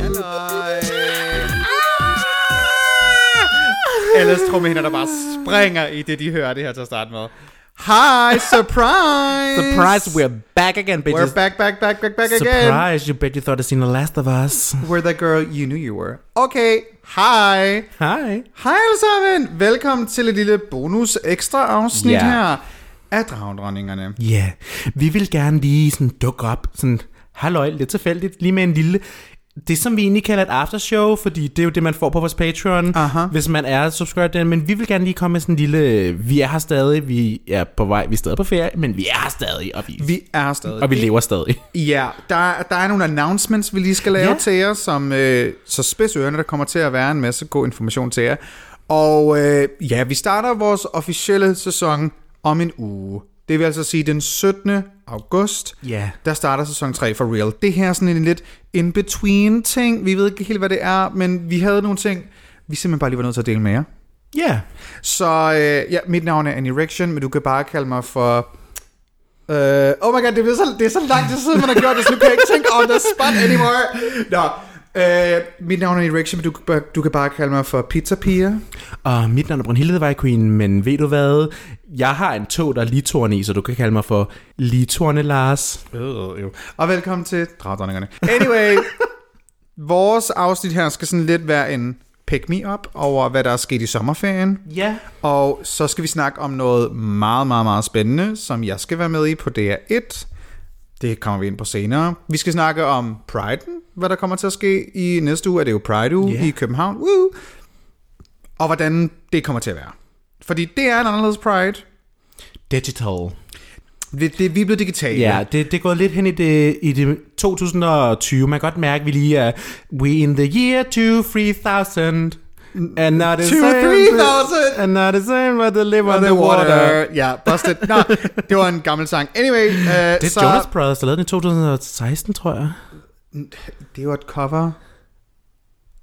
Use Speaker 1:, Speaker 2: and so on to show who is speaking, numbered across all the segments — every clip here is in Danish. Speaker 1: Halløj. Alles trommehinder, der bare springer i det, de hører det her til at starte med. Hi, surprise!
Speaker 2: Surprise, we're back again, bitches.
Speaker 1: We're back, back, back, back, back again.
Speaker 2: Surprise, you bet you thought I'd seen the last of us.
Speaker 1: We're the girl you knew you were. Okay, hej.
Speaker 2: Hej.
Speaker 1: Hej alle sammen. Velkommen til et lille bonus ekstra afsnit
Speaker 2: Ja.
Speaker 1: her af Dragdronningerne.
Speaker 2: Ja, yeah. vi vil gerne lige sådan dukke op, sådan halløj, lidt tilfældigt, lige med en lille... Det som vi egentlig kalder et aftershow, fordi det er jo det, man får på vores Patreon,
Speaker 1: Aha.
Speaker 2: hvis man er subscriber den. Men vi vil gerne lige komme med sådan en lille... Vi er her stadig, vi er på vej, vi er stadig på ferie, men vi er her stadig, og vi, vi,
Speaker 1: Vi er stadig.
Speaker 2: og vi lever stadig.
Speaker 1: Ja, der, der er nogle announcements, vi lige skal lave ja.
Speaker 2: Ja.
Speaker 1: til jer, som øh, så spids ørerne, der kommer til at være en masse god information til jer. Og øh, ja, vi starter vores officielle sæson om en uge. Det vil altså sige den 17. august,
Speaker 2: Ja.
Speaker 1: der starter sæson 3 for real. Det her er sådan en lidt in-between-ting. Vi ved ikke helt, hvad det er, men vi havde nogle ting, vi simpelthen bare lige var nødt til at dele med jer.
Speaker 2: Ja. Yeah.
Speaker 1: Så øh, ja, mit navn er Annie Rection, men du kan bare kalde mig for... Øh, oh my god, det er, så, det er så lang tid siden, man har gjort det, så nu kan jeg ikke tænke on the spot anymore. Nå, øh, mit navn er Annie Rection, men du, kan bare- du kan bare kalde mig for Pizza Pia.
Speaker 2: Og mit navn er Brunhilde The Vej Queen, men ved du hvad? Jeg har en tog, der er litorne i, så du kan kalde mig for Litorne Lars.
Speaker 1: Øh, og velkommen til Dragdronningerne. Anyway, vores afsnit her skal sådan lidt være en pick-me-up over, hvad der er sket i sommerferien.
Speaker 2: Ja.
Speaker 1: Og så skal vi snakke om noget meget, meget, meget spændende, som jeg skal være med i på DR1. Det kommer vi ind på senere. Vi skal snakke om Pride'en, hvad der kommer til at ske i næste uge. Er det jo Pride-uge
Speaker 2: Ja.
Speaker 1: i København? Woo! Og hvordan det kommer til at være. Fordi det er en anderledes Pride.
Speaker 2: Digital.
Speaker 1: Det, det, vi er blevet digitale.
Speaker 2: Ja, det, det er gået lidt hen i det, i det 2020. Man kan godt mærke, at vi lige er... We in the year 2000. And not the
Speaker 1: To
Speaker 2: same,
Speaker 1: 3000.
Speaker 2: and not the same, but they live on
Speaker 1: On
Speaker 2: the water.
Speaker 1: Ja, busted. Nå, det var en gammel sang. Anyway, øh,
Speaker 2: Det er
Speaker 1: så,
Speaker 2: Jonas Brothers, der lavede den i 2016, tror jeg.
Speaker 1: det var et cover.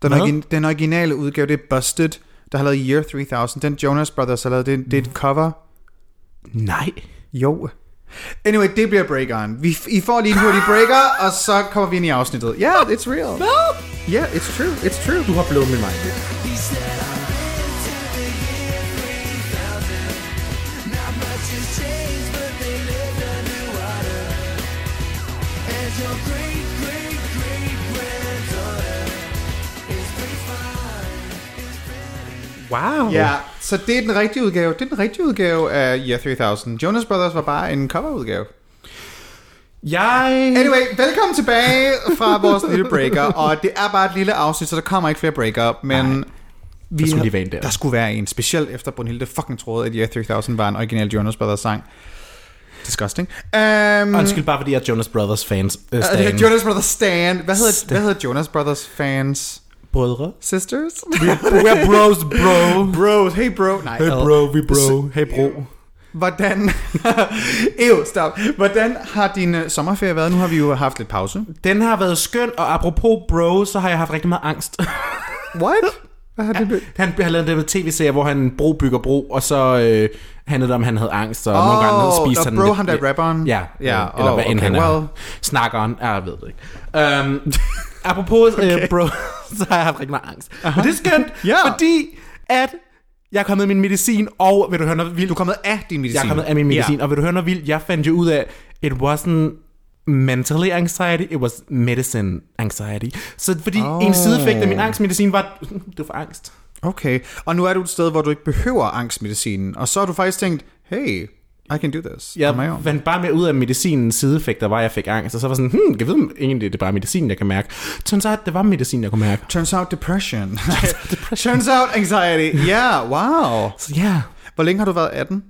Speaker 1: Den,
Speaker 2: Hvad?
Speaker 1: origin, den originale udgave, det er Busted, der har lavet Year 3000. Den Jonas Brothers har lavet, det, det er et cover.
Speaker 2: Nej.
Speaker 1: Jo. Anyway, det bliver breakeren. Vi, I får lige en hurtig breaker, og så kommer vi ind i afsnittet. Yeah, it's real. Yeah, it's true. It's true.
Speaker 2: Du har blået min vej. Wow.
Speaker 1: Ja, yeah, så det er den rigtige udgave. Det er den rigtige udgave af Year 3000. Jonas Brothers var bare en coverudgave.
Speaker 2: Jeg...
Speaker 1: Anyway, velkommen tilbage fra vores lille breaker, og det er bare et lille afsnit, så der kommer ikke flere breaker, men... Vi
Speaker 2: skulle
Speaker 1: har-
Speaker 2: lige være en der.
Speaker 1: Der skulle være en, specielt efter Brunhilde fucking troede, at Year 3000 var en original Jonas Brothers sang. Disgusting. Um,
Speaker 2: Undskyld bare, fordi jeg er Jonas Brothers fans. Øh,
Speaker 1: Er det
Speaker 2: stan.
Speaker 1: Jonas Brothers Stan. Hvad hedder, hvad hedder Jonas Brothers fans?
Speaker 2: Brødre.
Speaker 1: Sisters?
Speaker 2: We're bros, bro.
Speaker 1: Bros. Hey bro. Nej.
Speaker 2: Hey
Speaker 1: ad.
Speaker 2: bro, vi bro. Hey bro.
Speaker 1: Hvordan... Ew, stop. Hvordan har din øh, sommerferie været? Nu har vi jo haft lidt pause.
Speaker 2: Den har været skøn, og apropos bro, så har jeg haft rigtig meget angst.
Speaker 1: What? Hvad har det blevet?
Speaker 2: han har lavet den der tv-serie, hvor han bro bygger bro, og så øh, handlede det om, at han havde angst, og oh, nogle gange havde
Speaker 1: Åh,
Speaker 2: spist
Speaker 1: nå,
Speaker 2: han...
Speaker 1: bro,
Speaker 2: lidt-
Speaker 1: ham der
Speaker 2: ja,
Speaker 1: rapperen.
Speaker 2: Ja,
Speaker 1: Ja,
Speaker 2: øh, eller
Speaker 1: åh,
Speaker 2: hvad end
Speaker 1: okay,
Speaker 2: han er.
Speaker 1: well.
Speaker 2: Snakkeren, ah, jeg ved det ikke. Um, apropos øh, bro, så har jeg haft rigtig meget angst. Men det er skønt,
Speaker 1: Ja.
Speaker 2: fordi at jeg er kommet med min medicin, og vil du høre noget vildt?
Speaker 1: Du er kommet af din medicin.
Speaker 2: Jeg er kommet af min medicin,
Speaker 1: Ja.
Speaker 2: yeah. og vil du høre noget vildt? Jeg fandt jo ud af, it wasn't mentally anxiety, it was medicine anxiety. Så fordi
Speaker 1: Oh.
Speaker 2: oh. en sideeffekt af min angstmedicin var, "Hm, du får angst.
Speaker 1: Okay, og nu er du et sted, hvor du ikke behøver angstmedicinen, og så har du faktisk tænkt, hey, I can do this. on my
Speaker 2: Jeg
Speaker 1: own.
Speaker 2: fandt bare med ud af medicinens sideeffekter, var at jeg fik angst, og så var sådan, hmm, jeg ved om egentlig, det er bare medicin, jeg kan mærke. Turns out, det var medicin, jeg kunne mærke.
Speaker 1: Turns out depression. Turns out anxiety. Yeah, wow.
Speaker 2: Så ja, yeah.
Speaker 1: Hvor længe har du været 18?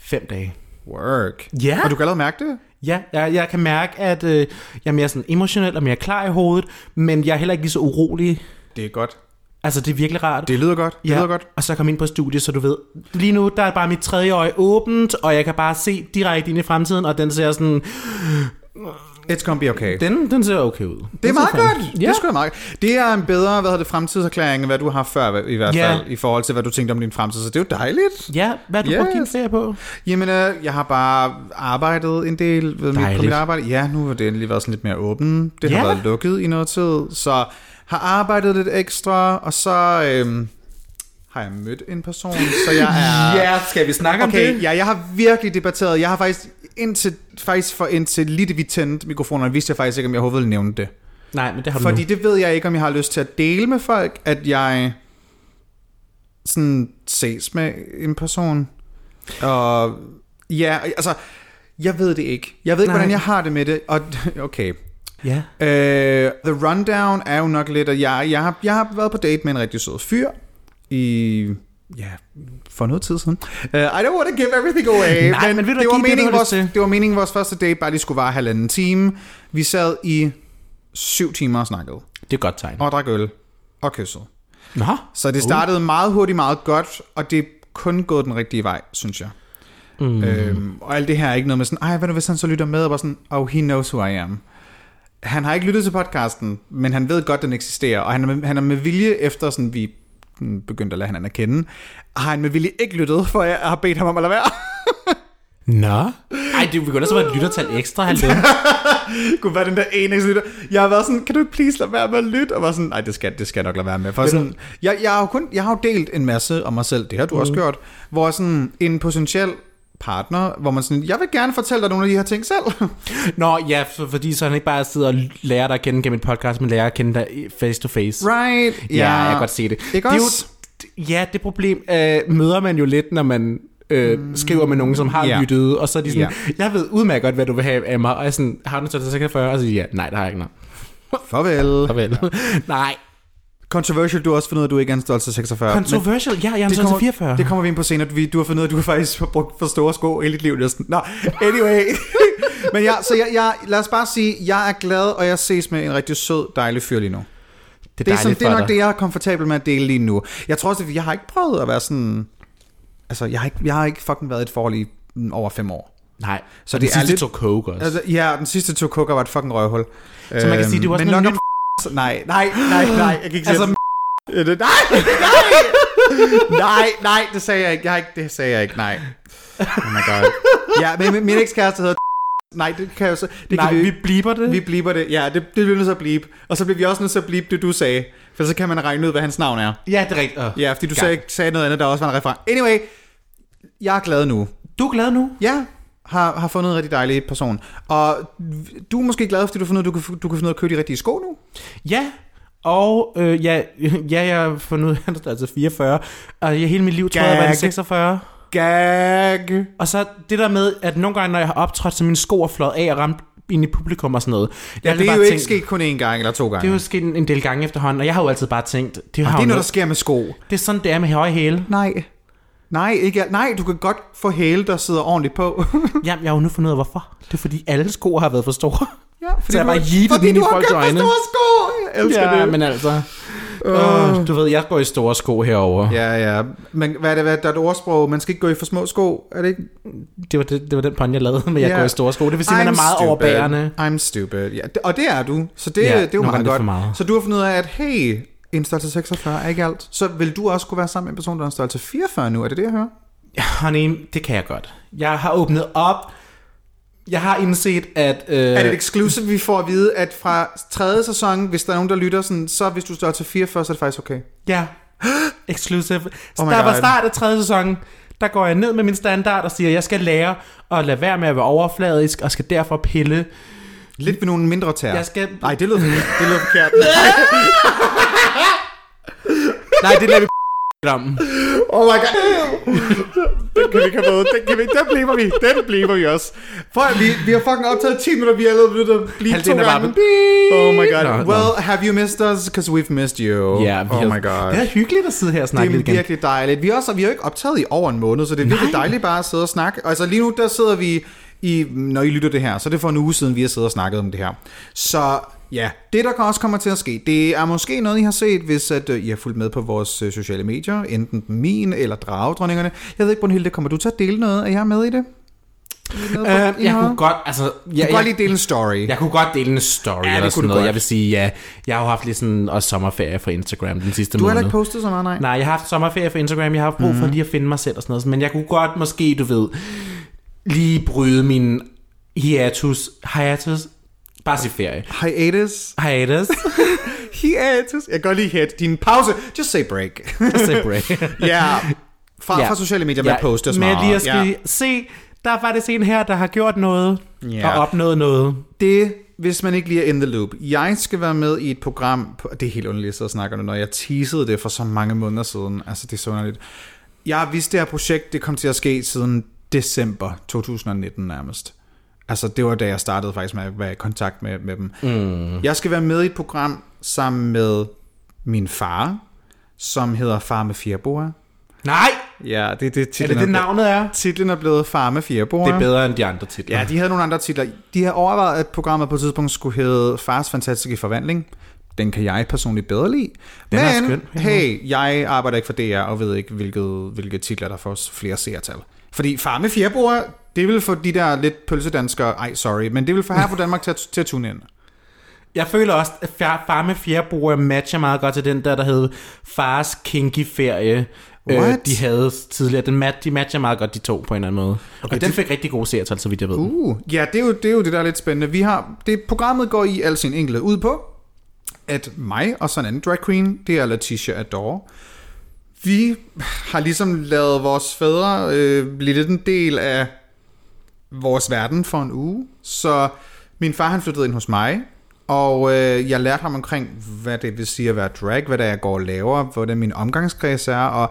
Speaker 2: fem dage.
Speaker 1: Work.
Speaker 2: Ja.
Speaker 1: Og du kan allerede mærke det?
Speaker 2: Ja, jeg, jeg kan mærke, at øh, jeg er mere sådan emotionel og mere klar i hovedet, men jeg er heller ikke lige så urolig.
Speaker 1: Det er godt.
Speaker 2: Altså, det er virkelig rart.
Speaker 1: Det lyder godt. Det lyder godt.
Speaker 2: og så kom ind på studiet, så du ved, lige nu der er bare mit tredje øje åbent, og jeg kan bare se direkte ind i fremtiden, og den ser sådan,
Speaker 1: It's gonna be okay. Det,
Speaker 2: Den, den ser okay ud.
Speaker 1: det er meget godt. Ja.
Speaker 2: Ja.
Speaker 1: Det er sgu da meget godt. Det er en bedre, hvad hedder det, fremtidserklæring, end hvad du har før, i hvert
Speaker 2: Ja.
Speaker 1: fald, i forhold til, hvad du tænkte om din fremtid. Så det er jo dejligt.
Speaker 2: Ja, hvad har du yes. brugt din
Speaker 1: Yes.
Speaker 2: ferie på?
Speaker 1: Jamen, øh, jeg har bare arbejdet en del ved mit, på
Speaker 2: Dejligt.
Speaker 1: mit arbejde. Ja, nu har det endelig været sådan lidt mere åben. Det har
Speaker 2: Ja.
Speaker 1: været lukket i noget tid, så har arbejdet lidt ekstra, og så øhm, har jeg mødt en person, så jeg er...
Speaker 2: skal vi snakke
Speaker 1: Okay, ja, jeg har virkelig debatteret. Jeg har faktisk indtil, faktisk for indtil lige det vi tændte mikrofonerne, vidste jeg faktisk ikke, om jeg overhovedet ville nævne det.
Speaker 2: Nej, men det har du
Speaker 1: Fordi
Speaker 2: Fordi...
Speaker 1: det ved jeg ikke, om jeg har lyst til at dele med folk, at jeg sådan ses med en person. Og ja, altså, jeg ved det ikke. Jeg ved ikke,
Speaker 2: Nej.
Speaker 1: hvordan jeg har det med det. Og okay.
Speaker 2: nu. Ja.
Speaker 1: Øh, the rundown er jo nok lidt, at jeg, jeg, har, jeg har været på date med en rigtig sød fyr i... Ja, for noget tid siden. Uh, I don't want to give everything away.
Speaker 2: Nej, men ved du
Speaker 1: det,
Speaker 2: hvad,
Speaker 1: var
Speaker 2: giv det,
Speaker 1: meningen,
Speaker 2: du har
Speaker 1: vores,
Speaker 2: lyst til.
Speaker 1: det var meningen, vores første date bare lige skulle vare halvanden time. Vi sad i syv timer og snakkede.
Speaker 2: Det er et godt tegn.
Speaker 1: Og drak øl. Og kyssede.
Speaker 2: Nå,
Speaker 1: Så det startede uh. meget hurtigt, meget godt, og det er kun gået den rigtige vej, synes jeg. Mm. Øhm, og alt det her er ikke noget med sådan, ej, hvad nu hvis han så lytter med, og bare sådan, oh, he knows who I am. Han har ikke lyttet til podcasten, men han ved godt, den eksisterer, og han er med, han er med vilje, efter sådan, vi mm, begyndte at lade hinanden at kende, har han med vilje ikke lyttet, for jeg har bedt ham om at lade være.
Speaker 2: Nå. Ej, det begynder så at være et lyttertal ekstra, han
Speaker 1: Det kunne være den der eneste lytter. Jeg har været sådan, kan du ikke please lade være med at lytte? Og var sådan, nej, det skal, det skal jeg nok lade være med. For sådan, jeg, jeg, har jo kun, jeg har jo delt en masse om mig selv, det har du mm. også gjort, hvor sådan en potentiel partner, hvor man sådan, jeg vil gerne fortælle dig nogle af de her ting selv.
Speaker 2: Nå, ja, for, fordi så han ikke bare sidder og lærer dig at kende gennem et podcast, men lærer at kende dig face to face.
Speaker 1: right?
Speaker 2: Ja, jeg kan godt se det.
Speaker 1: Ikke
Speaker 2: det er
Speaker 1: også?
Speaker 2: jo, ja, det problem øh, møder man jo lidt, når man øh, skriver med nogen, som har
Speaker 1: Ja.
Speaker 2: yeah. lyttet, og så er de sådan,
Speaker 1: Ja.
Speaker 2: yeah. jeg ved udmærket godt, hvad du vil have af mig, og jeg er sådan, har du noget til 46? Og så siger jeg, nej, det har jeg ikke noget.
Speaker 1: Farvel.
Speaker 2: Farvel. nej,
Speaker 1: Controversial, du har også fundet ud af, at du ikke er en størrelse 46. men
Speaker 2: controversial, ja, jeg er en
Speaker 1: det
Speaker 2: størrelse
Speaker 1: kommer,
Speaker 2: 44.
Speaker 1: det kommer vi ind på senere. Du, du har fundet ud af, at du faktisk har brugt for store sko hele dit liv næsten. Nå, anyway. Men ja, så jeg, jeg, lad os bare sige, jeg er glad, og jeg ses med en rigtig sød, dejlig fyr lige nu.
Speaker 2: det
Speaker 1: Det er, sådan,
Speaker 2: dejligt
Speaker 1: det er
Speaker 2: for
Speaker 1: nok
Speaker 2: dig.
Speaker 1: det, jeg er komfortabel med at dele lige nu. Jeg tror også, at jeg har ikke prøvet at være sådan... Altså, jeg har ikke, jeg har ikke fucking været i et forhold i mm, over fem år.
Speaker 2: Nej,
Speaker 1: Så
Speaker 2: så
Speaker 1: det
Speaker 2: det
Speaker 1: er
Speaker 2: sidste
Speaker 1: lidt-
Speaker 2: lidt... tog coke også.
Speaker 1: Altså, ja, den sidste to kukker var et fucking røvhul. Øhm,
Speaker 2: Så man kan sige, det var sådan
Speaker 1: men
Speaker 2: en
Speaker 1: nok om Nej, nej, nej, nej. Jeg kan ikke
Speaker 2: Altså,
Speaker 1: sige det. Nej, nej, nej, nej, det sagde jeg ikke. Jeg har ikke, det sagde jeg ikke, nej. Oh my god. Ja, men min- min ekskæreste hedder Nej, det kan jeg jo så... Det
Speaker 2: nej,
Speaker 1: kan
Speaker 2: vi, vi bliber det.
Speaker 1: vi bleeper det. Ja, det, det bliver vi nødt til at bleep. Og så bliver vi også nødt til at bleep det, du sagde. For så kan man regne ud, hvad hans navn er.
Speaker 2: Ja, det er rigtigt. Uh.
Speaker 1: Ja, fordi du sagde, sagde noget andet, der også var en reference. Anyway, jeg er glad nu.
Speaker 2: Du er glad nu?
Speaker 1: Ja, har, har fundet en rigtig dejlig person. Og du er måske glad, fordi du har fundet ud, du kan, du kan finde ud af at købe de rigtige sko nu.
Speaker 2: Ja, og øh, ja, ja, jeg har fundet ud af, at altså 44, og jeg hele mit liv tror jeg, jeg var
Speaker 1: Gag.
Speaker 2: en 46.
Speaker 1: Gag.
Speaker 2: Og så det der med, at nogle gange, når jeg har optrådt, så mine sko er fløjet af og ramt ind i publikum og sådan noget. Jeg
Speaker 1: Ja,
Speaker 2: har altid
Speaker 1: det er
Speaker 2: bare
Speaker 1: jo ikke
Speaker 2: tænkt-
Speaker 1: sket kun én gang eller to gange.
Speaker 2: Det er jo
Speaker 1: Det
Speaker 2: sket en, en del gange efterhånden, og jeg har jo altid bare tænkt, det, har
Speaker 1: er, jo
Speaker 2: jo
Speaker 1: noget, der
Speaker 2: noget,
Speaker 1: sker med sko.
Speaker 2: det er sådan, det er med høje hæle.
Speaker 1: Nej. Nej, ikke, al- nej, du kan godt få hæle, der sidder ordentligt på.
Speaker 2: Jamen, jeg har jo nu fundet ud af, hvorfor. Det er fordi, alle sko har været for store.
Speaker 1: ja, fordi
Speaker 2: Så jeg
Speaker 1: du,
Speaker 2: bare yeetede den
Speaker 1: fordi
Speaker 2: ind
Speaker 1: du
Speaker 2: i
Speaker 1: har
Speaker 2: folks
Speaker 1: købt for
Speaker 2: øjne.
Speaker 1: store sko. Jeg elsker det.
Speaker 2: men altså. Øh, du ved, jeg går i store sko herover. Ja.
Speaker 1: Ja, ja. Men hvad er det, hvad, der er et ordsprog, man skal ikke gå i for små sko, er det ikke?
Speaker 2: Det, var det, det var den pun, jeg lavede, men jeg
Speaker 1: Ja.
Speaker 2: går i store sko. Det vil sige, at man er meget
Speaker 1: stupid.
Speaker 2: overbærende.
Speaker 1: I'm stupid. Ja, det- og det er du, så det,
Speaker 2: Ja,
Speaker 1: ja, det er jo
Speaker 2: nogle
Speaker 1: meget
Speaker 2: gange er det
Speaker 1: godt.
Speaker 2: for meget.
Speaker 1: Så du har fundet ud af, at hey, en størrelse 46 er ikke alt. Så vil du også kunne være sammen med en person, der er en størrelse 44 nu, er det det, jeg hører?
Speaker 2: Honey, det kan jeg godt. Jeg har åbnet op. Jeg har indset, at... Øh,
Speaker 1: Er det et exclusive, vi får at vide, at fra tredje sæson, hvis der er nogen, der lytter sådan, så hvis du er størrelse 44, så er det faktisk okay.
Speaker 2: Ja. Exclusive.
Speaker 1: Oh
Speaker 2: Oh
Speaker 1: my
Speaker 2: der var
Speaker 1: God.
Speaker 2: start af tredje sæson. Der går jeg ned med min standard og siger, at jeg skal lære at lade være med at være overfladisk, og skal derfor pille.
Speaker 1: Lidt ved nogle mindre tær.
Speaker 2: Jeg skal-
Speaker 1: Nej, det lød, det lød forkert. Nej, det lader vi
Speaker 2: Om.
Speaker 1: Oh my god. Den kan vi ikke have med. Den, kan vi, den bliver vi. Den bliver vi også. For vi, vi har fucking optaget 10 minutter, vi er allerede nødt til at blive to
Speaker 2: Halvdelen er bare
Speaker 1: gange. Oh my god. No, well, no. have you missed us? Because we've missed you.
Speaker 2: Ja, vi
Speaker 1: oh
Speaker 2: har-
Speaker 1: my god.
Speaker 2: Det er hyggeligt at sidde her og
Speaker 1: Det
Speaker 2: snakke
Speaker 1: er
Speaker 2: lidt igen.
Speaker 1: virkelig dejligt. Vi, er også, vi har jo ikke optaget i over en måned, så det er virkelig
Speaker 2: Nej.
Speaker 1: dejligt bare at sidde og snakke. Altså lige nu, der sidder vi i, når I lytter det her, så er det for en uge siden, vi har siddet og snakket om det her. Så ja, det der kan også kommer til at ske, det er måske noget, I har set, hvis at, øh, I har fulgt med på vores øh, sociale medier, enten min eller dragedronningerne. Jeg ved ikke, Brunhilde, kommer du til at dele noget? Er jeg med i det? i noget?
Speaker 2: Uh,
Speaker 1: i
Speaker 2: jeg
Speaker 1: noget?
Speaker 2: kunne godt, altså... Jeg,
Speaker 1: Du kan
Speaker 2: jeg,
Speaker 1: godt lige dele en story.
Speaker 2: jeg kunne godt dele en story
Speaker 1: det
Speaker 2: ja, eller
Speaker 1: kunne du
Speaker 2: sådan noget.
Speaker 1: godt.
Speaker 2: Jeg vil sige, ja, jeg har jo haft lidt sådan også sommerferie fra Instagram den sidste
Speaker 1: Du har
Speaker 2: måned.
Speaker 1: heller ikke postet så meget, nej.
Speaker 2: Nej, jeg har haft sommerferie for Instagram. Jeg har haft brug for lige at finde mig selv og sådan noget. Men jeg kunne godt måske, du ved, lige bryde min hiatus. Hiatus? Bare sige ferie.
Speaker 1: Hiatus.
Speaker 2: Hiatus.
Speaker 1: Hiatus. Jeg kan godt lige hit din pause. Just say break.
Speaker 2: Say break.
Speaker 1: ja. Fra,
Speaker 2: Ja.
Speaker 1: fra sociale medier med at poste og så
Speaker 2: Men
Speaker 1: meget.
Speaker 2: lige at skal
Speaker 1: ja.
Speaker 2: se, der er faktisk en her, der har gjort noget.
Speaker 1: Ja.
Speaker 2: Og opnået noget.
Speaker 1: Det, hvis man ikke lige er in the loop. Jeg skal være med i et program, på, det er helt underligt, at sidde og snakke nu, når jeg teasede det for så mange måneder siden. Altså, det er så underligt. Jeg har vidst det her projekt, det kom til at ske siden december 2019 nærmest. Altså, det var da jeg startede faktisk med at være i kontakt med, med dem. Mm. Jeg skal være med i et program sammen med min far, som hedder Far med fire boer.
Speaker 2: Nej!
Speaker 1: Ja, det er det,
Speaker 2: Er
Speaker 1: titlen
Speaker 2: det det navnet er?
Speaker 1: Titlen er blevet Far med fire boer.
Speaker 2: Det er bedre end de andre titler.
Speaker 1: Ja, de havde nogle andre titler. De havde overvejet, at programmet på et tidspunkt skulle hedde Fars Fantastiske Forvandling. Den kan jeg personligt bedre lide.
Speaker 2: Den er
Speaker 1: Men
Speaker 2: skøn.
Speaker 1: hey, jeg arbejder ikke for DR og ved ikke, hvilket, hvilke titler der får flere seertal. Fordi Far med fjerboer, det vil få de der lidt pølsedanskere, ej sorry, men det vil få her på Danmark til at, til at tune ind.
Speaker 2: Jeg føler også, at far, far med fjerboer matcher meget godt til den der, der hed Fars Kinky Ferie. Øh,
Speaker 1: What?
Speaker 2: de havde tidligere. Den mat, de matcher meget godt de to på en eller anden måde. Okay, og den fik rigtig gode seertal, så vidt jeg ved. Uh.
Speaker 1: Uh, ja, det er, jo, det er jo det, der er lidt spændende. Vi har, det programmet går i al sin enkelhed ud på, at mig og sådan en anden drag queen, det er Letitia Adore, vi har ligesom lavet vores fædre øh, blive lidt en del af vores verden for en uge. Så min far han flyttede ind hos mig, og øh, jeg lærte ham omkring, hvad det vil sige at være drag, hvad det er, jeg går og laver, hvordan min omgangskreds er, og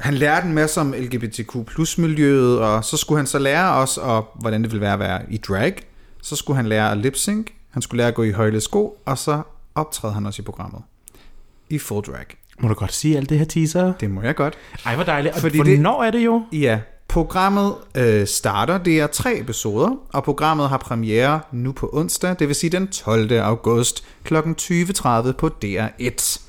Speaker 1: han lærte en masse om LGBTQ plus miljøet, og så skulle han så lære os, og hvordan det ville være at være i drag. Så skulle han lære at lip sync, han skulle lære at gå i højle sko, og så optræder han også i programmet. I full drag.
Speaker 2: Må du godt sige alt det her teaser?
Speaker 1: Det må jeg godt.
Speaker 2: Ej, hvor dejligt. Og
Speaker 1: Fordi
Speaker 2: Fordi
Speaker 1: det-
Speaker 2: hvornår det... er det jo?
Speaker 1: Ja, programmet øh, starter. Det er tre episoder, og programmet har premiere nu på onsdag, det vil sige den 12. august kl. 20.30 på DR1.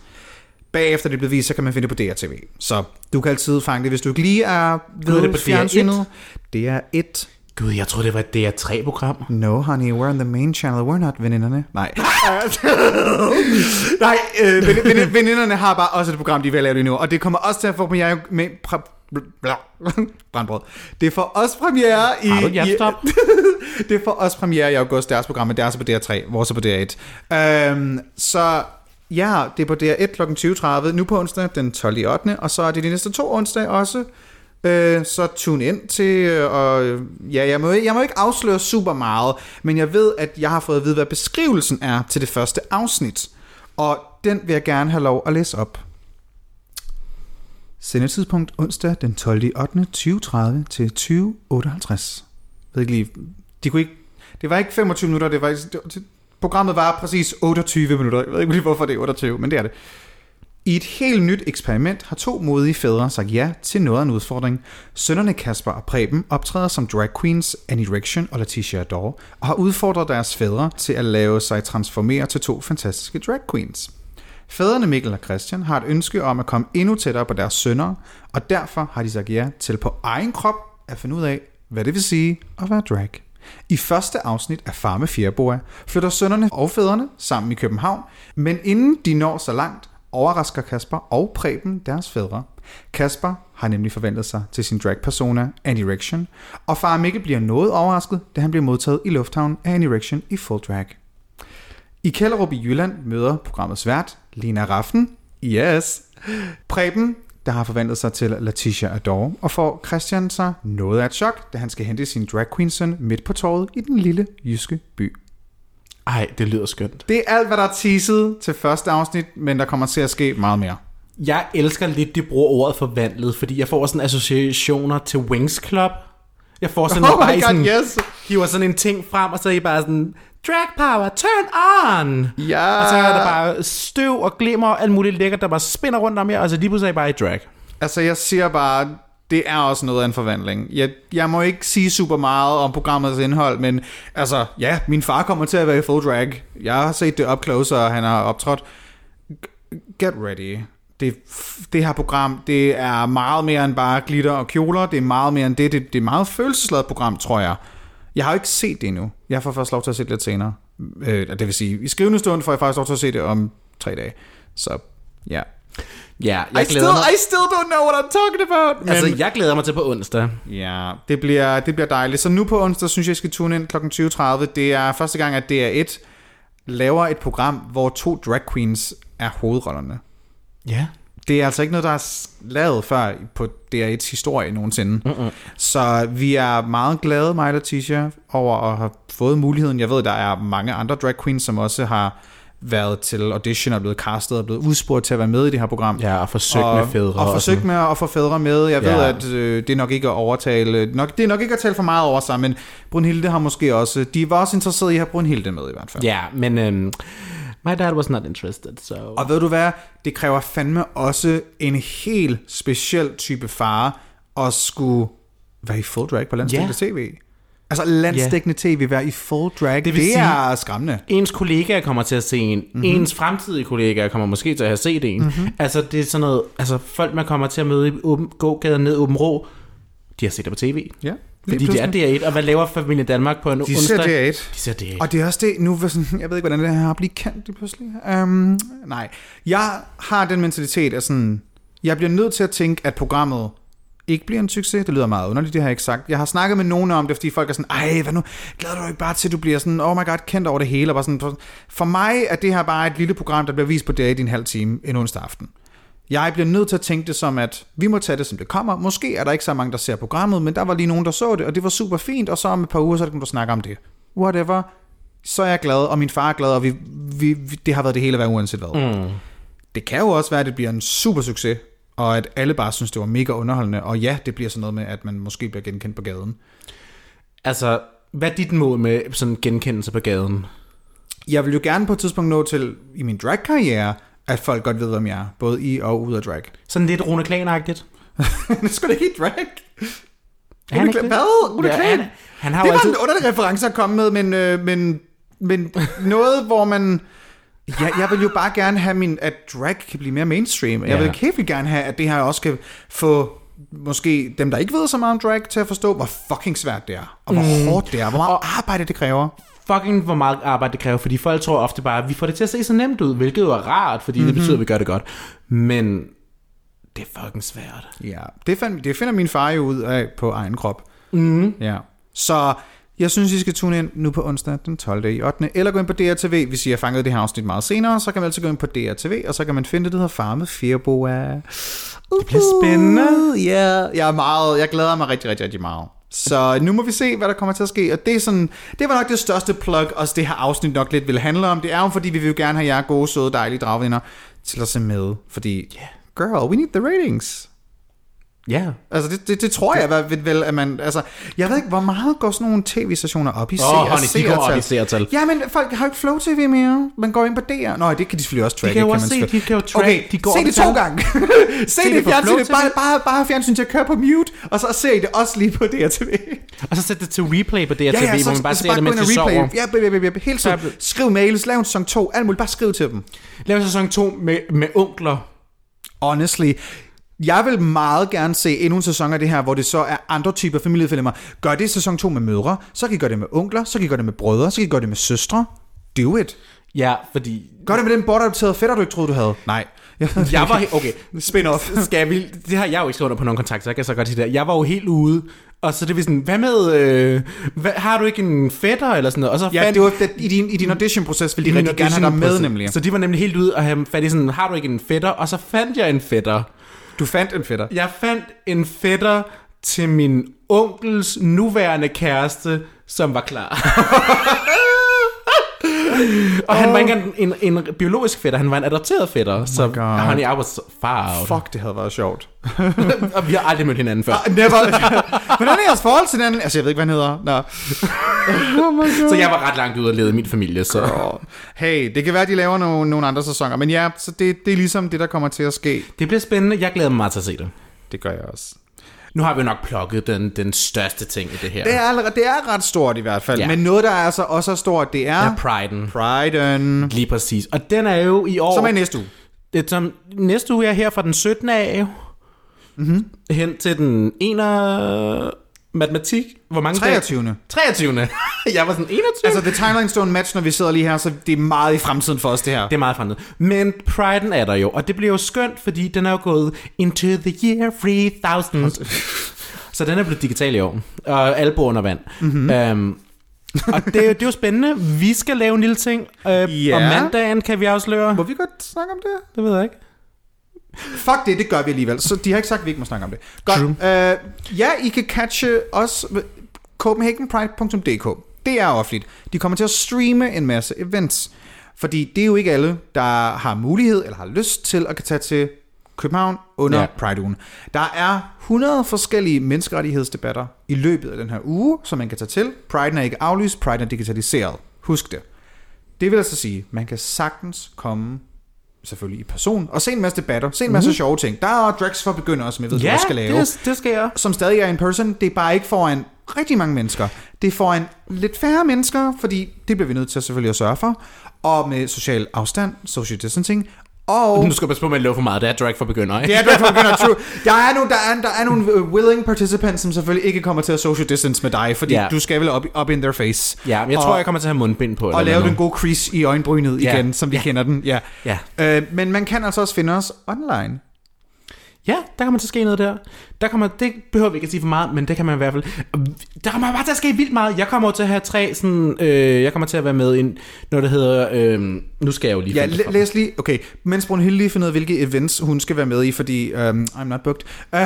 Speaker 1: Bagefter det blev vist, så kan man finde det på DRTV. Så du kan altid fange det, hvis du ikke lige er
Speaker 2: Hedder
Speaker 1: ved
Speaker 2: det på
Speaker 1: fjernsynet. DR1.
Speaker 2: Gud, jeg troede, det var et DR3-program.
Speaker 1: No, honey, we're on the main channel. We're not veninderne. Nej. Nej, øh, ven, ven, veninderne har bare også et program, de vil lave lige nu. Og det kommer også til at få premiere med... Pra, bl- bla- brandbrød. Det får også premiere i...
Speaker 2: Har du et hjertestop?
Speaker 1: i- det får også premiere i august, deres program, men deres er altså på DR3, vores er på DR1. Øhm, så ja, det er på DR1 kl. 20.30, nu på onsdag den 12. i 8. Og så er det de næste to onsdag også. Øh, så tune ind til, øh, og øh, ja, jeg må, jeg må ikke afsløre super meget, men jeg ved, at jeg har fået at vide, hvad beskrivelsen er til det første afsnit. Og den vil jeg gerne have lov at læse op. Sendetidspunkt onsdag den 12. 8. 2030 til 2058. Jeg ved ikke lige, de kunne ikke, det var ikke 25 minutter, det var, det, det, programmet var præcis 28 minutter. Jeg ved ikke lige, hvorfor det er 28, men det er det. I et helt nyt eksperiment har to modige fædre sagt ja til noget af en udfordring. Sønnerne Kasper og Preben optræder som drag queens Annie Rection og Letitia Adore, og har udfordret deres fædre til at lave sig transformere til to fantastiske drag queens. Fædrene Mikkel og Christian har et ønske om at komme endnu tættere på deres sønner, og derfor har de sagt ja til på egen krop at finde ud af, hvad det vil sige at være drag. I første afsnit af Far med Fjerboa flytter sønnerne og fædrene sammen i København, men inden de når så langt, overrasker Kasper og Preben deres fædre. Kasper har nemlig forvandlet sig til sin drag-persona, Annie Rection, og far Mikkel bliver noget overrasket, da han bliver modtaget i lufthavnen af Annie Rection i full drag. I Kælderup i Jylland møder programmets vært, Lina Raffen. Yes. Preben, der har forvandlet sig til Letitia Adore, og får Christian sig noget af et chok, da han skal hente sin drag queen søn midt på torvet i den lille jyske by.
Speaker 2: Ej, det lyder skønt.
Speaker 1: Det er alt, hvad der er teaset til første afsnit, men der kommer til at ske meget mere.
Speaker 2: Jeg elsker lidt, de bruger ordet forvandlet, fordi jeg får sådan associationer til Wings Club. Jeg får sådan,
Speaker 1: Oh my
Speaker 2: bare
Speaker 1: God,
Speaker 2: sådan,
Speaker 1: yes.
Speaker 2: hiver sådan en ting frem, og så er I bare sådan, drag power, turn on!
Speaker 1: Ja.
Speaker 2: Og så er der bare støv og glimmer og alt muligt lækkert, der bare spænder rundt om jer, og så lige pludselig er I bare i drag.
Speaker 1: Altså, jeg siger bare, det er også noget af en forvandling. Jeg, jeg må ikke sige super meget om programmets indhold, men altså, ja, min far kommer til at være i full drag. Jeg har set det up close, og han har optrådt. G- Get ready. Det, det her program, det er meget mere end bare glitter og kjoler. Det er meget mere end det. Det, det er et meget følelsesladet program, tror jeg. Jeg har jo ikke set det endnu. Jeg får først lov til at se det lidt senere. Øh, det vil sige, i skrivende stund får jeg faktisk lov til at se det om tre dage. Så ja.
Speaker 2: Ja,
Speaker 1: I
Speaker 2: jeg
Speaker 1: still,
Speaker 2: glæder mig.
Speaker 1: I still don't know what I'm talking about. Men,
Speaker 2: Altså, jeg glæder mig til på onsdag.
Speaker 1: Ja, det bliver, det bliver dejligt. Så nu på onsdag synes jeg, I skal tune ind kl. 20.30. Det er første gang, at DR1 laver et program, hvor to drag queens er hovedrollerne.
Speaker 2: Ja.
Speaker 1: Det er altså ikke noget, der er s- lavet før på DR1's historie nogensinde. Mm-mm. Så vi er meget glade, mig og Letitia, over at have fået muligheden. Jeg ved, der er mange andre drag queens, som også har været til audition og blevet castet og blevet udspurgt til at være med i det her program.
Speaker 2: Ja, og forsøgt med fædre.
Speaker 1: Og, og forsøgt med at få fædre med. Jeg ved,
Speaker 2: Ja.
Speaker 1: at øh, det er nok ikke at overtale... Nok, det er nok ikke at tale for meget over sig, men Brunhilde har måske også... De var også interesseret i at have Brunhilde med i hvert fald.
Speaker 2: Ja, men øhm, my dad was not interested, so...
Speaker 1: Og ved du hvad? Det kræver fandme også en helt speciel type far at skulle være i full drag på landsdækkende yeah. tv. Altså landsdækkende yeah. tv, være i full drag, det,
Speaker 2: vil
Speaker 1: det
Speaker 2: sige-
Speaker 1: er skræmmende.
Speaker 2: Ens kollegaer kommer til at se en. Mm-hmm. Ens fremtidige kollegaer kommer måske til at have set en. Mm-hmm. Altså, det er sådan noget... Altså, folk, man kommer til at møde i åben, gågaden ned i Åben Rå, de har set det på tv.
Speaker 1: Ja, lige
Speaker 2: Fordi det er
Speaker 1: pludselig.
Speaker 2: DR1, og hvad laver familien Danmark på en
Speaker 1: De ser
Speaker 2: onsdag?
Speaker 1: DR1.
Speaker 2: De ser DR1.
Speaker 1: Og det er også det, nu, var sådan- jeg ved ikke, hvordan det her har blivet kendt lige pludselig. Um, nej, jeg har den mentalitet, at sådan, jeg bliver nødt til at tænke, at programmet ikke bliver en succes. Det lyder meget underligt, det har jeg ikke sagt. Jeg har snakket med nogen om det, fordi folk er sådan, ej, hvad nu, glæder du dig ikke bare til, at du bliver sådan, oh my god, kendt over det hele. Og bare sådan, for mig er det her bare et lille program, der bliver vist på dag i en halv time en onsdag aften. Jeg bliver nødt til at tænke det som, at vi må tage det, som det kommer. Måske er der ikke så mange, der ser programmet, men der var lige nogen, der så det, og det var super fint, og så om et par uger, så kan du snakke om det. Whatever. Så er jeg glad, og min far er glad, og vi, vi, vi, det har været det hele hver uanset hvad. Mm. Det kan jo også være, at det bliver en super succes, og at alle bare synes, det var mega underholdende. Og ja, det bliver sådan noget med, at man måske bliver genkendt på gaden.
Speaker 2: Altså, hvad er dit mål med sådan genkendelse på gaden?
Speaker 1: Jeg vil jo gerne på et tidspunkt nå til, i min dragkarriere, at folk godt ved, hvem jeg er. Både i og ud af drag.
Speaker 2: Sådan lidt Rune Klan-agtigt.
Speaker 1: det er sgu da ikke i drag.
Speaker 2: Er han
Speaker 1: Rune
Speaker 2: ikke
Speaker 1: Klan-
Speaker 2: det?
Speaker 1: Hvad? Rune
Speaker 2: Ja,
Speaker 1: Klan?
Speaker 2: han, han har
Speaker 1: Det
Speaker 2: jo
Speaker 1: var
Speaker 2: altid...
Speaker 1: en underlig reference at komme med, men, øh, men, men noget, hvor man... Ja, jeg vil jo bare gerne have, min, at drag kan blive mere mainstream. Jeg
Speaker 2: Ja.
Speaker 1: vil helt vildt gerne have, at det her også kan få måske dem, der ikke ved så meget om drag, til at forstå, hvor fucking svært det er, og hvor mm. hårdt det er, hvor meget arbejde det kræver.
Speaker 2: fucking hvor meget arbejde det kræver, fordi folk tror ofte bare, at vi får det til at se så nemt ud, hvilket jo er rart, fordi
Speaker 1: Mhm.
Speaker 2: mm-hmm. det betyder, at vi gør det godt. Men det er fucking svært.
Speaker 1: Ja, det, fandt, det finder min far jo ud af på egen krop. Mm. Ja. Så jeg synes, I skal tune ind nu på onsdag den 12. i 8. Eller gå ind på DRTV, hvis I har fanget det her afsnit meget senere. Så kan man altid gå ind på DRTV, og så kan man finde det, der hedder Farme Fjerboa. Det
Speaker 2: bliver spændende.
Speaker 1: Ja, yeah. jeg er meget, jeg glæder mig rigtig, rigtig, rigtig meget. Så nu må vi se, hvad der kommer til at ske. Og det, er sådan, det var nok det største plug, også det her afsnit nok lidt vil handle om. Det er jo, fordi vi vil jo gerne have jer gode, søde, dejlige dragvinder til at se med. Fordi, yeah. girl, we need the ratings.
Speaker 2: Ja.
Speaker 1: Altså, det, det, det tror jeg vel, vel, at man... Altså, jeg ved ikke, hvor meget går sådan nogle tv-stationer op i
Speaker 2: Åh,
Speaker 1: seer-
Speaker 2: honey, de går op i
Speaker 1: seertal?
Speaker 2: seertal.
Speaker 1: Jamen, folk har jo ikke Flow TV mere. Man går ind på DR. Nå, det kan de selvfølgelig også tracke.
Speaker 2: kan jo
Speaker 1: kan
Speaker 2: også
Speaker 1: man
Speaker 2: se-
Speaker 1: selvfølgelig-
Speaker 2: de kan jo track-
Speaker 1: Okay,
Speaker 2: de går
Speaker 1: se
Speaker 2: op
Speaker 1: det
Speaker 2: i
Speaker 1: to
Speaker 2: tal.
Speaker 1: gange. se,
Speaker 2: det
Speaker 1: det i
Speaker 2: på
Speaker 1: fjernsynet.
Speaker 2: Flow TV.
Speaker 1: Bare, bare, bare fjernsyn til at køre på mute, og så se det også lige på DRTV.
Speaker 2: Og så sæt det til replay på DRTV, ja, ja, hvor man bare ser det,
Speaker 1: gå
Speaker 2: mens
Speaker 1: ind og
Speaker 2: de sover.
Speaker 1: Ja, ja, ja, ja, ja, helt tiden. Skriv mails, lav en sæson 2, alt muligt. Bare skriv til dem.
Speaker 2: Lav sæson 2 med, med onkler.
Speaker 1: Honestly. Jeg vil meget gerne se endnu en sæson af det her, hvor det så er andre typer familiefilmer. Gør det i sæson 2 med mødre, så kan I gøre det med onkler, så kan I gøre det med brødre, så kan I gøre det med søstre. Do it.
Speaker 2: Ja, fordi...
Speaker 1: Gør det med den bortadopterede fætter, du ikke troede, du havde. Nej. Jeg,
Speaker 2: Jeg var... he- Okay,
Speaker 1: Spin-off.
Speaker 2: skal vi... Det har jeg jo ikke skrevet under på nogen kontakt, så jeg kan så godt sige det. her. Jeg var jo helt ude, og så det var sådan, hvad med... Øh, hvad, har du ikke en fætter eller sådan noget? Og så
Speaker 1: Ja,
Speaker 2: fandt
Speaker 1: det var, det, i, din, i din audition-proces ville de
Speaker 2: Min
Speaker 1: rigtig gerne have dig med,
Speaker 2: audition-proces.
Speaker 1: nemlig.
Speaker 2: Så de var nemlig helt ude og have fat i sådan, har du ikke en fætter? Og så fandt jeg en fætter.
Speaker 1: Du fandt en fætter.
Speaker 2: Jeg fandt en fætter til min onkels nuværende kæreste, som var klar. og han var ikke engang en, en, en biologisk fætter, han var en adopteret fætter. Oh så
Speaker 1: God.
Speaker 2: honey, I was far out.
Speaker 1: Fuck, Ah, det havde været sjovt.
Speaker 2: og vi har aldrig mødt hinanden før.
Speaker 1: Never. Hvordan er jeres forhold til den? Altså, jeg ved ikke, hvad han hedder. Nå. oh my God.
Speaker 2: Så jeg var ret langt ude og lede i min familie, så...
Speaker 1: Åh, Hey, det kan være, at de laver nogle, nogle andre sæsoner, men ja, så det, det er ligesom det, der kommer til at ske.
Speaker 2: Det bliver spændende. Jeg glæder mig meget til at se det.
Speaker 1: Det gør jeg også.
Speaker 2: Nu har vi jo nok plukket den, den største ting i det her.
Speaker 1: Det er, allerede- det er ret stort i hvert fald, ja.
Speaker 2: Ja.
Speaker 1: men noget, der er altså også er stort, det er
Speaker 2: er priden.
Speaker 1: Priden,
Speaker 2: Lige præcis. Og den er jo i år...
Speaker 1: som er næste uge.
Speaker 2: Det er som næste
Speaker 1: Mhm.
Speaker 2: uge er her fra den 17. af mm-hmm. hen til den 21. matematik. Hvor mange dage-
Speaker 1: 23.
Speaker 2: 23. jeg var sådan 21.
Speaker 1: Altså, the timelines don't match, når vi sidder lige her, så det er meget i fremtiden for os, det her.
Speaker 2: Det er meget fremmed. Men Pride'en er der jo, og det bliver jo skønt, fordi den er jo gået into the year 3000. Så den er blevet digital i år, og alle bor under vand. Mm-hmm. Øhm, og det, er jo- det er jo spændende. Vi skal lave en lille ting, øh,
Speaker 1: Ja.
Speaker 2: og mandagen kan vi afsløre.
Speaker 1: Må vi godt snakke om det?
Speaker 2: Det ved jeg ikke.
Speaker 1: Fuck det, det gør vi alligevel. Så de har ikke sagt, at vi ikke må snakke om det. Godt.
Speaker 2: True.
Speaker 1: Øh, ja, I kan catche os ved copenhagenpride.dk. Det er offentligt. De kommer til at streame en masse events. Fordi det er jo ikke alle, der har mulighed eller har lyst til at kan tage til København under
Speaker 2: Ja.
Speaker 1: ja. Pride-ugen. Der er 100 forskellige menneskerettighedsdebatter i løbet af den her uge, som man kan tage til. Pride'en er ikke aflyst, Pride'en er digitaliseret. Husk det. Det vil altså sige, man kan sagtens komme selvfølgelig i person, og se en masse debatter, se en masse mm. sjove ting. Der er Drax for begynder som jeg ved, du
Speaker 2: Mhm. Ja,
Speaker 1: også skal lave.
Speaker 2: det, det skal jeg.
Speaker 1: Som stadig er in person, det er bare ikke foran rigtig mange mennesker. Det er foran lidt færre mennesker, fordi det bliver vi nødt til selvfølgelig at sørge for. Og med social afstand, social distancing, og...
Speaker 2: Nu skal jeg passe på med at love for meget. Det er drag for begynder, ikke?
Speaker 1: Det er Drax for begynder, true. Der er, nogle, der, er, der er nogle øh, willing participants, som selvfølgelig ikke kommer til at social distance med dig, fordi
Speaker 2: Ja.
Speaker 1: yeah. du skal vel op, op in their face.
Speaker 2: Ja, men jeg
Speaker 1: og,
Speaker 2: tror, jeg kommer til at have mundbind på.
Speaker 1: og
Speaker 2: eller
Speaker 1: lave den
Speaker 2: noget.
Speaker 1: gode crease i øjenbrynet
Speaker 2: Ja.
Speaker 1: igen, som vi
Speaker 2: Ja.
Speaker 1: kender den. Ja.
Speaker 2: Ja.
Speaker 1: Øh, men man kan altså også finde os online.
Speaker 2: Ja, der kan man så ske noget der. der kan man, det behøver vi ikke at sige for meget, men det kan man i hvert fald. Der kommer bare til at ske vildt meget. Jeg kommer jo til at have tre sådan... Øh, jeg kommer til at være med i en- noget, der hedder... Øh, nu skal jeg jo lige...
Speaker 1: Ja,
Speaker 2: finde det
Speaker 1: læ-
Speaker 2: frem.
Speaker 1: læs lige. Okay, mens Brunhilde lige finder ud af, hvilke events hun skal være med i, fordi um, I'm not booked. Uh,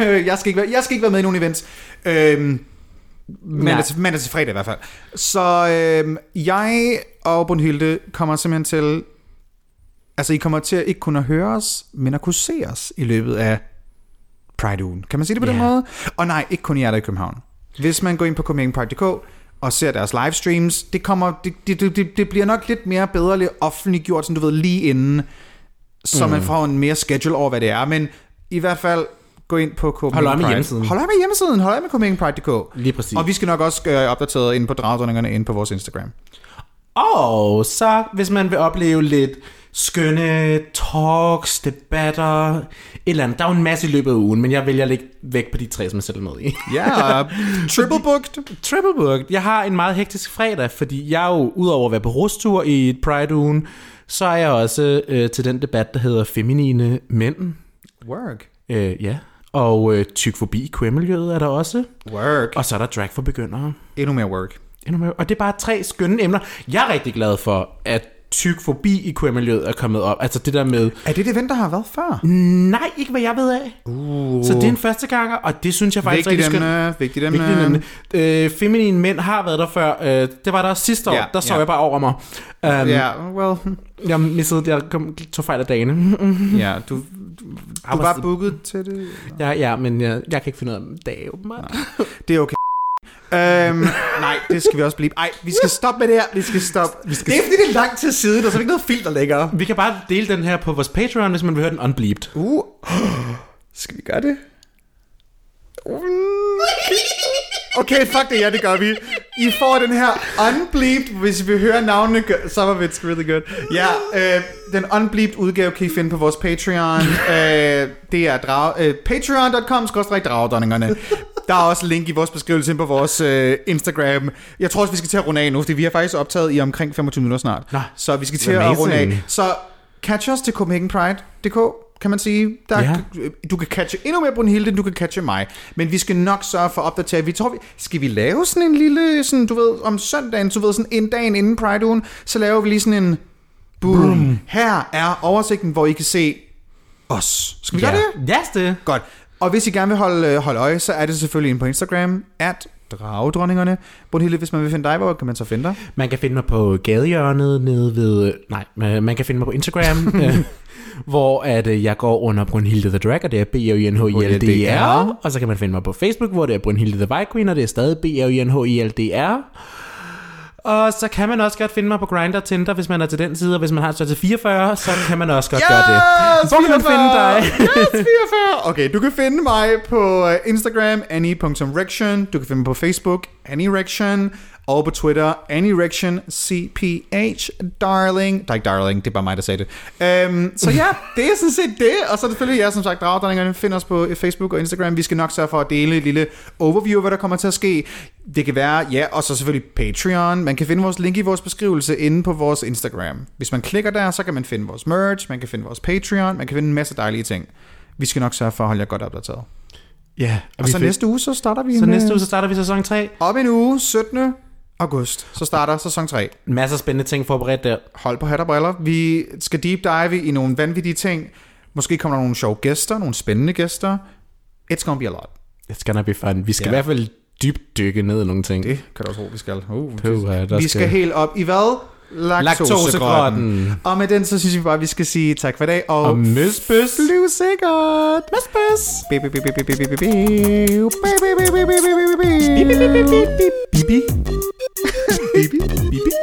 Speaker 1: jeg, skal ikke være, jeg skal ikke være med i nogen events. Øhm, mandag, til, mandag altså til fredag i hvert fald. Så øhm, jeg og Brunhilde kommer simpelthen til... Altså, I kommer til at ikke kun at høre os, men at kunne se os i løbet af Pride-ugen. Kan man sige det på yeah.
Speaker 2: Ja.
Speaker 1: den måde? Og nej, ikke kun jer der er i København. Hvis man går ind på copenhagenpride.dk og ser deres livestreams, det, kommer, det, det, det- det, det bliver nok lidt mere bedre lidt offentliggjort, som du ved, lige inden, så mm. man får en mere schedule over, hvad det er. Men i hvert fald, gå ind på Copenhagen
Speaker 2: øje med
Speaker 1: Pride.
Speaker 2: hjemmesiden.
Speaker 1: Hold øje med hjemmesiden. Hold øje med copenhagenpride.dk.
Speaker 2: Lige præcis.
Speaker 1: Og vi skal nok også gøre jer opdateret inde på dragdronningerne inde på vores Instagram.
Speaker 2: Og så, hvis man vil opleve lidt skønne talks, debatter, et eller andet. Der er jo en masse i løbet af ugen, men jeg vælger at lægge væk på de tre, som jeg selv er med i.
Speaker 1: Ja, yeah, triple booked.
Speaker 2: Triple booked. Jeg har en meget hektisk fredag, fordi jeg er jo, udover at være på rustur i Pride-ugen, så er jeg også øh, til den debat, der hedder Feminine Mænd.
Speaker 1: Work.
Speaker 2: Øh, ja. Og øh, tykfobi i queermiljøet er der også.
Speaker 1: Work.
Speaker 2: Og så er der drag for begyndere.
Speaker 1: Endnu mere work.
Speaker 2: Endnu mere. Og det er bare tre skønne emner. Jeg er rigtig glad for, at tykfobi i queer-miljøet er kommet op. Altså det der med,
Speaker 1: Er det det event, der har været før?
Speaker 2: nej, ikke hvad jeg ved af.
Speaker 1: Uh.
Speaker 2: Så det er en første ganger, og det synes jeg faktisk
Speaker 1: Vigtigt
Speaker 2: rigtig skønt.
Speaker 1: emne, vigtigt emne.
Speaker 2: Vigtigt emne. Øh, feminine mænd har været der før. Øh, det var der også sidste år.
Speaker 1: Ja,
Speaker 2: der så
Speaker 1: ja.
Speaker 2: jeg bare over mig. Um,
Speaker 1: Ja, well,
Speaker 2: Jeg missede, jeg kom, tog fejl af dagene.
Speaker 1: ja, du, du, du var booket til det.
Speaker 2: Ja, ja, men jeg, jeg kan ikke finde ud af om dag, åbenbart.
Speaker 1: Det er okay. Øhm, nej, det skal vi også blive. Ej, vi skal stoppe med det her. Vi skal stoppe. Vi skal... Det er fordi, det er langt til siden, og så er vi ikke noget filter længere.
Speaker 2: Vi kan bare dele den her på vores Patreon, hvis man vil høre den unbleeped.
Speaker 1: Uh. Skal vi gøre det? Okay, fuck det, ja, det gør vi. I får den her unbleeped, hvis vi hører navnene, gø- some of it's really good. Ja, øh, den unbleeped udgave kan I finde på vores Patreon. Øh, det er drag, øh, patreon.com dragdonningerne. Der er også link i vores beskrivelse inde på vores øh, Instagram. Jeg tror også, vi skal til at runde af nu, fordi vi har faktisk optaget i omkring 25 minutter snart.
Speaker 2: Nå,
Speaker 1: så vi skal til at
Speaker 2: amazing.
Speaker 1: runde af. Så catch os til CopenhagenPride.dk, kan man sige. Der,
Speaker 2: Ja.
Speaker 1: ja. Du kan catche endnu mere Brunhilde, end du kan catche mig. Men vi skal nok sørge for at opdatere. Vi tror, vi, skal vi lave sådan en lille, sådan, du ved, om søndagen, du ved, sådan en dag inden Pride-ugen, så laver vi lige sådan en boom. Brum. Her er oversigten, hvor I kan se os. Skal vi ja.
Speaker 2: ja.
Speaker 1: gøre det?
Speaker 2: Yes, det.
Speaker 1: Godt. Og hvis I gerne vil holde, øh, holde øje, så er det selvfølgelig inde på Instagram, at dragedronningerne. Brunhilde, hvis man vil finde dig, hvor kan man så finde dig?
Speaker 2: Man kan finde mig på gadehjørnet nede ved... øh, Nej, man man kan finde mig på Instagram, øh, hvor at, øh, jeg går under Brunhilde the Drag, og det er b r n h i l d r Og så kan man finde mig på Facebook, hvor det er Brunhilde the White Queen, og det er stadig b r n h i l d r Og så kan man også godt finde mig på Grindr og Tinder, hvis man er til den side, og hvis man har størrelse 44, så kan man også godt yes! gøre det. Hvor kan man finde dig?
Speaker 1: yes, 44! Okay, du kan finde mig på øh, Instagram, annie.rection. Du kan finde mig på Facebook, annierection. Og på Twitter, Anirection CPH Darling. Der er ikke Darling, det er bare mig, der sagde det. Øhm, så ja, det er sådan set det. Og så selvfølgelig jer, som sagt, dragdrengerne. Find os på eh, Facebook og Instagram. Vi skal nok sørge for at dele et lille overview af, hvad der kommer til at ske. Det kan være, ja, og så selvfølgelig Patreon. Man kan finde vores link i vores beskrivelse inde på vores Instagram. Hvis man klikker der, så kan man finde vores merch, man kan finde vores Patreon, man kan finde en masse dejlige ting. Vi skal nok sørge for at holde jer godt opdateret.
Speaker 2: Ja,
Speaker 1: Og så næste uge, så starter vi
Speaker 2: så
Speaker 1: med-
Speaker 2: næste uge, så starter vi sæson 3.
Speaker 1: Om en uge, 17. august, så starter sæson 3.
Speaker 2: Masser af spændende ting forberedt der.
Speaker 1: Hold på hat og briller. Vi skal deep dive i nogle vanvittige ting. Måske kommer der nogle sjove gæster, nogle spændende gæster. It's gonna be a lot.
Speaker 2: It's gonna be fun. Vi skal
Speaker 1: Ja.
Speaker 2: i hvert fald dybt dykke ned i nogle ting.
Speaker 1: Det kan du også tro, vi skal. Uh,
Speaker 2: Puha, der
Speaker 1: vi skal
Speaker 2: skal-
Speaker 1: helt op i hvad?
Speaker 2: Laktosegrotten.
Speaker 1: Og med den, så synes vi bare, at vi skal sige tak for i dag. Og,
Speaker 2: Og møsbøs.
Speaker 1: flyv sikkert. Mas, mas. Bip, bip, bip, bip, bip, bip, bip, bip. Bip, bip, bip, bip, bip, bip, bip, bip.
Speaker 2: Bip, bip, bip, bip, bip, bip.
Speaker 1: Bip, bip, bip, bip.